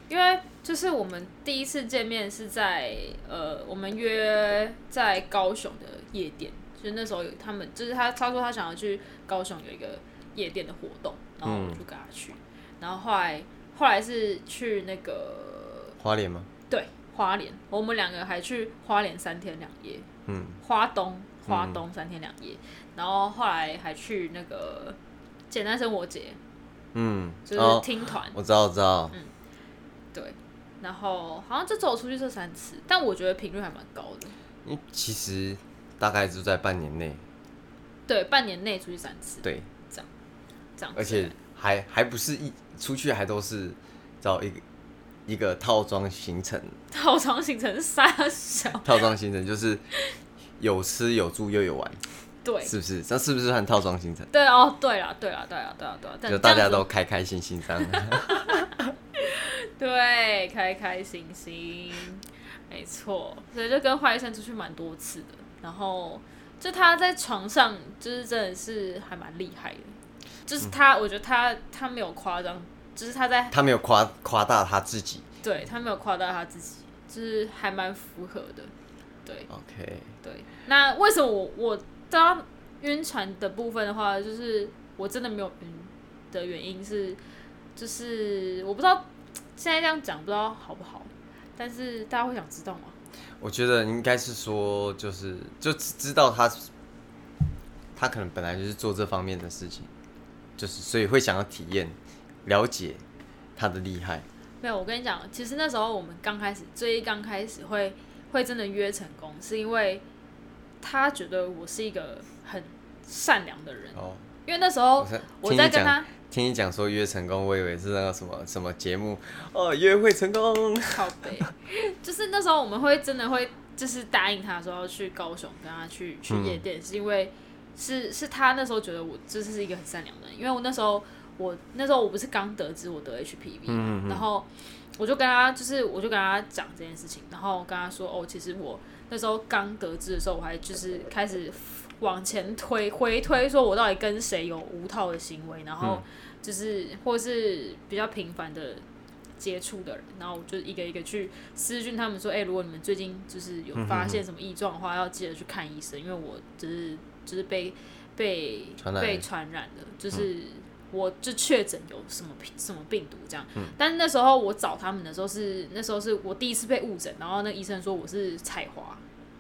因为就是我们第一次见面是在呃，我们约在高雄的夜店，就是那时候有他们，就是他他说他想要去高雄有一个夜店的活动，然后我就跟他去，然后后来后来是去那个花脸吗？对花莲，我们两个还去花莲三天两夜，嗯，花东，花东三天两夜，然后后来还去那个简单生活节，嗯，就是哦，听嗯团，我知道，我知道，对，然后好像就走出去这三次，但我觉得频率还蛮高的，因为其实大概就在半年内，对，半年内出去三次，对，这样子，而且还还不是一出去还都是找一个一个套装行程，套装行程是三小，套装行程 就是有吃有住又有玩，对，是不是？那是不是算套装行程？对哦，对啦，对啦，对啦，对啦，对啦，但就大这家样子都开开心心这样。 对，开开心心，没错，所以就跟华医生出去蛮多次的。然后就他在床上，就是真的是还蛮厉害的，就是他，我觉得他他没有夸张，就是他在他没有夸夸大他自己。对他没有夸大他自己，就是还蛮符合的。对 OK，对，那为什么我我当晕船的部分的话，就是我真的没有晕的原因是，就是我不知道现在这样讲不知道好不好，但是大家会想知道吗？我觉得应该是说，就是就知知道他他可能本来就是做这方面的事情，就是所以会想要体验了解他的厉害。没有，我跟你讲，其实那时候我们刚开始最刚开始会会真的约成功，是因为他觉得我是一个很善良的人，哦，因为那时我候是我听在你跟讲，他听你讲说约成功，我以为是那个什么什么节目哦，约会成 功。靠背，就是那时候我们会真的会就是答应他说要去高雄跟他去去嗯夜店，是因为是是他那时候觉得我就是是一个很善良的人，因为我那时候我那时候我不是刚得知我得 HPV，、嗯嗯嗯然后我就跟他就是我就跟他讲这件事情，然后跟他说哦，其实我那时候刚得知的时候，我还就是开始往前推回推，说我到底跟谁有无套的行为，然嗯后就是、或是比较频繁的接触的人，然后我就一个一个去私讯他们说，哎、如果你们最近就是嗯有发现什么异状的话，要记得去看医生，因为我就是就是被被传染嗯被传染的，就是我就确诊有什么病什么病毒这样。嗯但那时候我找他们的时候是那时候是我第一次被误诊，然后那医生说我是菜花，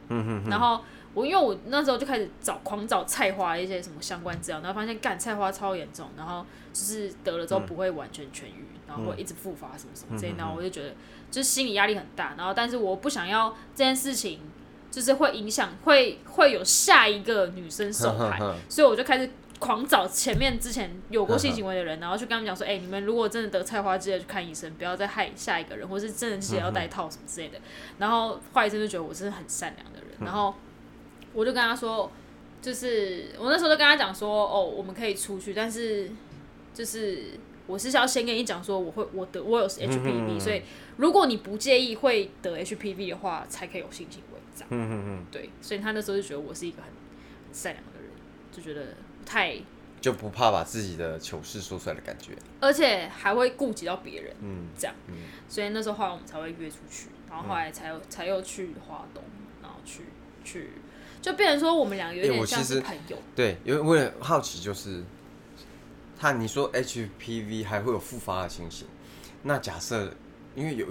嗯然后我因为我那时候就开始找狂找菜花的一些什么相关资料，然后发现干菜花超严重，然后就是得了之后不会完全痊愈，然后会一直复发什么什么之类的，然后我就觉得就是心理压力很大，然后但是我不想要这件事情就是会影响会会有下一个女生受嗯哼哼 害，哼所以我就开始狂找前面之前有过性行为的人，然后去跟他们讲说，哎、你们如果真的得菜花，记得去看医生，不要再害下一个人，或是真的记得要戴套什么之类的。然后华医生就觉得我真的很善良的人，然后我就跟他说，就是我那时候就跟他讲说，哦，我们可以出去，但是就是我是要先跟你讲说，我会我得我有 HPV，、所以如果你不介意会得 HPV 的话，才可以有性行为这样。嗯嗯嗯，对，所以他那时候就觉得我是一个很很善良的人，就觉得不太，就不怕把自己的糗事说出来的感觉。而且还会顾及到别人嗯这样，嗯，所以那时候后来我们才会约出去，然后后来才有、才又去华东，然后去去，就变成说我们两个有欸点我像其是实朋友，对，因为我也好奇，就是他你说 HPV 还会有复发的情形，那假设因为有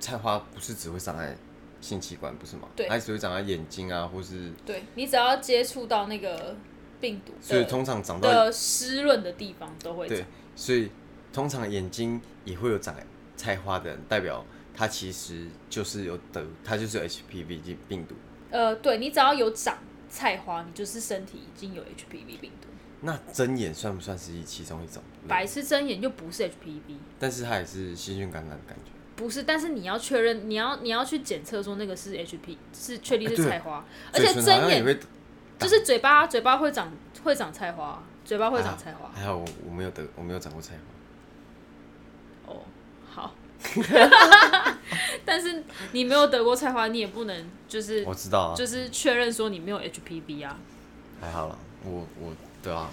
菜花不是只会伤害性器官，不是吗？对它只会长在眼睛啊，或是对你只要接触到那个病毒所以的通常长到的湿润的地方都会对长，所以通常眼睛也会有长菜花的人，代表它其实就是有得，它就是有 HPV 病病毒。呃，对你只要有长菜花，你就是身体已经有 HPV 病毒。那针眼算不算是一其中一种？白痴睁眼就不是 HPV，但是它也是细菌感染的感觉。不是，但是你要确认，你要你要去检测说那个是 HP，是确定哎是对菜花，而且嘴唇好睁像也眼会就是嘴巴嘴巴会长会长菜花，啊嘴巴会哎长菜花。还好我我没有得，我没有长过菜花。哦，好。但是你没有得过菜花，你也不能就是我知道啊，就是确认说你没有 HPV 啊。还好啦，我我对啊，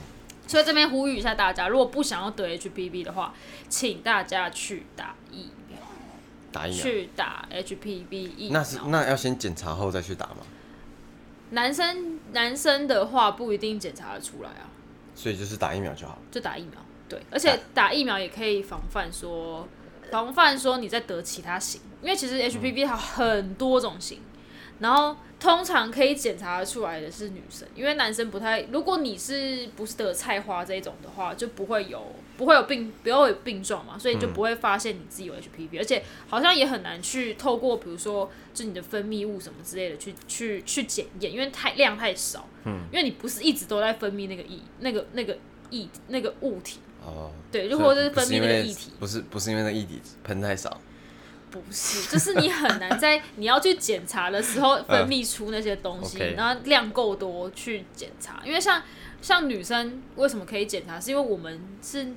所以这边呼吁一下大家，如果不想要得 HPV 的话，请大家去打疫苗，打疫苗去打 HPV 疫苗。哎那是那要先检查后再去打嘛，男生男生的话不一定检查得出来啊，所以就是打疫苗就好了。就打疫苗。对，而且打疫苗也可以防范说，防范说你在得其他型，因为其实 HPV 它有很多种型，然后通常可以检查得出来的是女生，因为男生不太，如果你是不是得菜花这一种的话，就不会有不会有病不会有病状嘛，所以就不会发现你自己有 HPV，、而且好像也很难去透过比如说就你的分泌物什么之类的去去去检验，因为太量太少，嗯，因为你不是一直都在分泌那个液那个那个液那个物体，哦，对，所就以或者是不分泌因那个为液体，不是不是因为那液体喷太少，不是， 就是你很难在你要去检查的时候分泌出那些东西，嗯 OK 然后量够多去检查。因为像像女生为什么可以检查，是因为我们是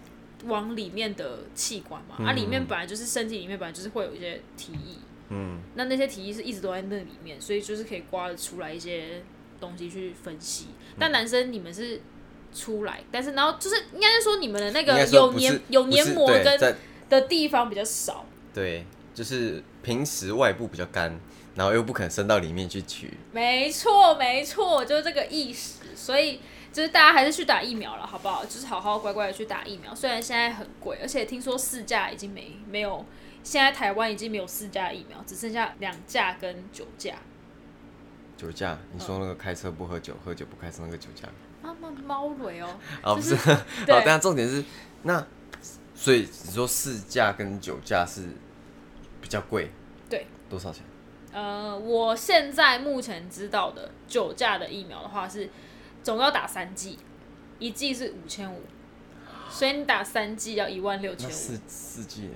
往里面的器官嘛，啊，里面本来就是身体里面本来就是会有一些体液，嗯，那那些体液是一直都在那里面，所以就是可以刮得出来一些东西去分析。嗯但男生你们是。出来，但是然后就是应该是说你们的那应个该说有不黏是有不黏是膜对跟在的地方比较少，对，就是平时外部比较干，然后又不肯伸到里面去取。没错，没错，就是这个意思。所以就是大家还是去打疫苗了，好不好？就是好好乖乖的去打疫苗。虽然现在很贵，而且听说四价已经没没有，现在台湾已经没有四价疫苗，只剩下两价跟九价。酒驾，你嗯说那个开车不喝酒，喝酒不开车那个酒驾妈妈猫蕊哦，啊，不是，就是好，对但重点是那，所以你说市价跟酒驾是比较贵，对，多少钱？呃，我现在目前知道的九价的疫苗的话是总要打三剂，一剂是五千五，所以你打三剂要一万六千那五，四四季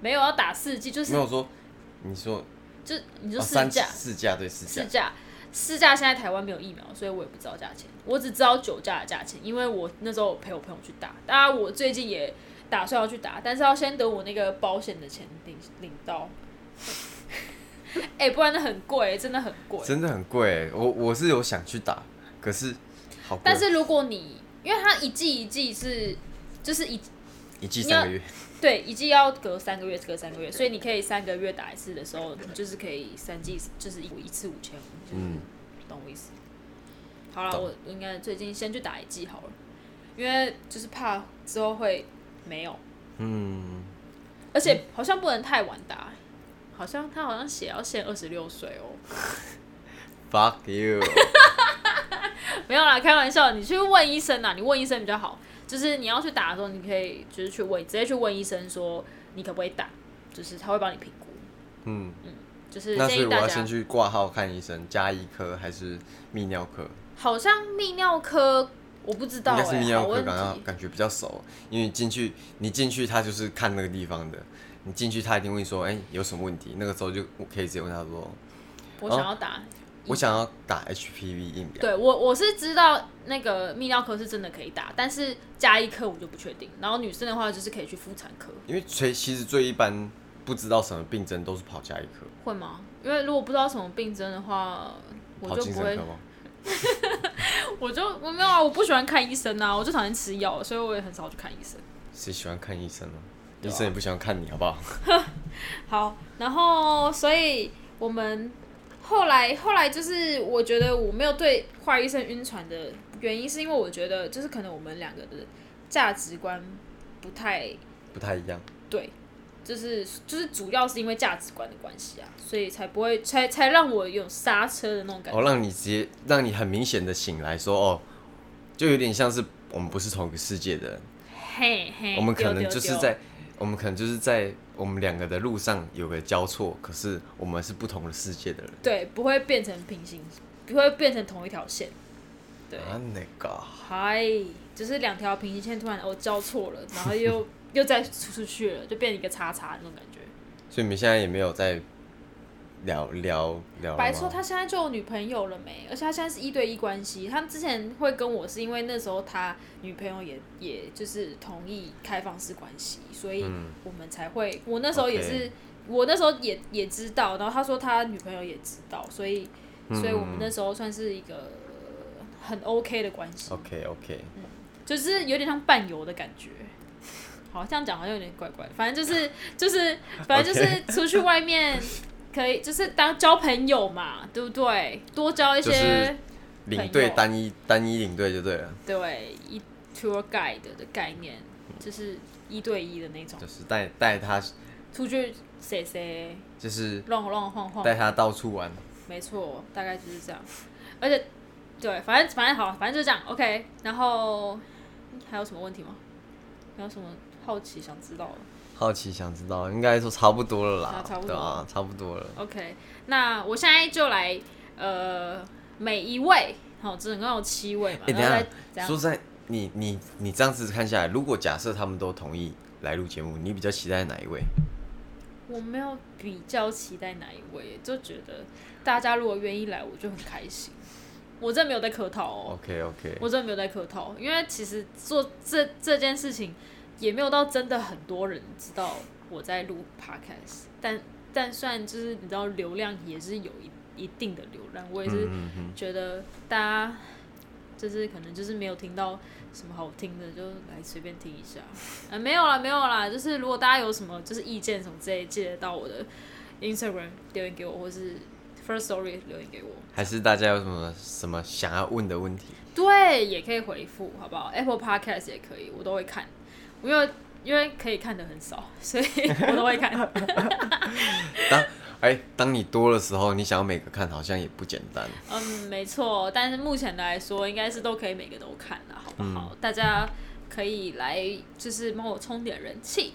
没有要打四剂，就是没有说，你说就是你就哦四三价。四价对四市价，价，市价现在台湾没有疫苗，所以我也不知道价钱，我只知道酒驾的价钱，因为我那时候陪我朋友去打，当然我最近也打算要去打，但是要先等我那个保险的钱领领到， 哎、不然那很贵，真的很贵。真的很贵。欸我我是有想去打，可是好贵，但是如果你因为它一季一季是就是一一季你要三个月，对，一季要隔三个月，隔三个月，所以你可以三个月打一次的时候，你就是可以三季，就是一一次五千五，就是嗯懂我意思？好了，懂我应该最近先去打一季好了，因为就是怕之后会没有，嗯，而且好像不能太晚打、欸好像他好像写要限二十六岁哦， Fuck you！没有啦，开玩笑，你去问医生啊啦，你问医生比较好，就是你要去打的时候，你可以就是去问，直接去问医生说你可不可以打，就是他会帮你评估，嗯，就是那建所以议我大要家。先去挂号看医生，加医科还是泌尿科？好像泌尿科，我不知道应哎、该是泌好尿科问感到题。感觉比较熟，因为进去你进去他就是看那个地方的，你进去他一定会说，哎、有什么问题？那个时候就我可以直接问他说，我哦想要打，我想要打 HPV 疫苗。对我我是知道那个泌尿科是真的可以打，但是加一科我就不确定。然后女生的话就是可以去妇产科，因为最其实最一般不知道什么病症都是跑加医科，会吗？因为如果不知道什么病症的话，我跑就精不神会科，吗？我就我没有啊，我不喜欢看医生啊，我就讨厌吃药，所以我也很少去看医生。谁喜欢看医生呢、对医啊生也不喜欢看你，好不 好？好，然后所以我们后来后来就是，我觉得我没有对华医生晕船的原因，是因为我觉得就是可能我们两个的价值观不太不太一样。对，就是就是主要是因为价值观的关系啊，所以才不会才才让我有刹车的那种感觉。哦，让你直接让你很明显的醒来说，哦，就有点像是我们不是同一个世界的人，嘿嘿，我们丢可能丢就是丢在我们可能就是在我们两个的路上有个交错，可是我们是不同的世界的人。对，不会变成平行，不会变成同一条线。对，啊，那个，嗨，就是两条平行线突然哦交错了，然后 又又再出出去了，就变成一个叉叉那种感觉。所以你们现在也没有在聊聊聊了吗白说他现在就有女朋友了没？而且他现在是一对一关系。他之前会跟我是因为那时候他女朋友也也就是同意开放式关系，所以嗯我们才会。我那时候也 OK 是我那时候也也知道，然后他说他女朋友也知道，所以所以我嗯们那时候算是一个呃很 OK 的关系， OK OK，就是有点像伴游的感觉。好，这样讲好像有点怪怪的，反正就是就是反 正就是出去外面。可以，就是当交朋友嘛，对不对？多交一些、就是领朋队友单一单一领队就对了，对一 tour guide 的概念，就是一对一的那种，就是带带他，出去谁谁就是乱乱晃晃，带他到处玩。没错，大概就是这样。而且，对，反正反正好，反正就这样，OK。然后还有什么问题吗？没有什么好奇想知道的好奇想知道，应该说差不多了啦啊，差不多对啊，差不多了。 ？OK，那我现在就来呃每一位，好，总共有七位嘛，哎、然后再等这一下，样说实在，你你你这样子看下来，如果假设他们都同意来录节目，你比较期待哪一位？我没有比较期待哪一位，就觉得大家如果愿意来，我就很开心。我真的没有在客套哦， OK OK，我真的没有在客套，因为其实做这这件事情也没有到真的很多人知道我在录 podcast，但但算就是你知道流量也是有一一定的流量，我也是嗯嗯觉得大家就是可能就是没有听到什么好听的，就来随便听一下。 啊，没有啦，没有啦，就是如果大家有什么就是意见什么之类，记得到我的 Instagram 留言给我，或是 First Story 留言给我，还是大家有什么什么想要问的问题？对，也可以回复，好不好？Apple Podcast 也可以，我都会看，因为因为可以看的很少，所以 我都会看。当哎、当你多的时候，你想要每个看，好像也不简单。嗯，没错，但是目前来说，应该是都可以每个都看了，好不好？大家可以来就是帮我充点人气，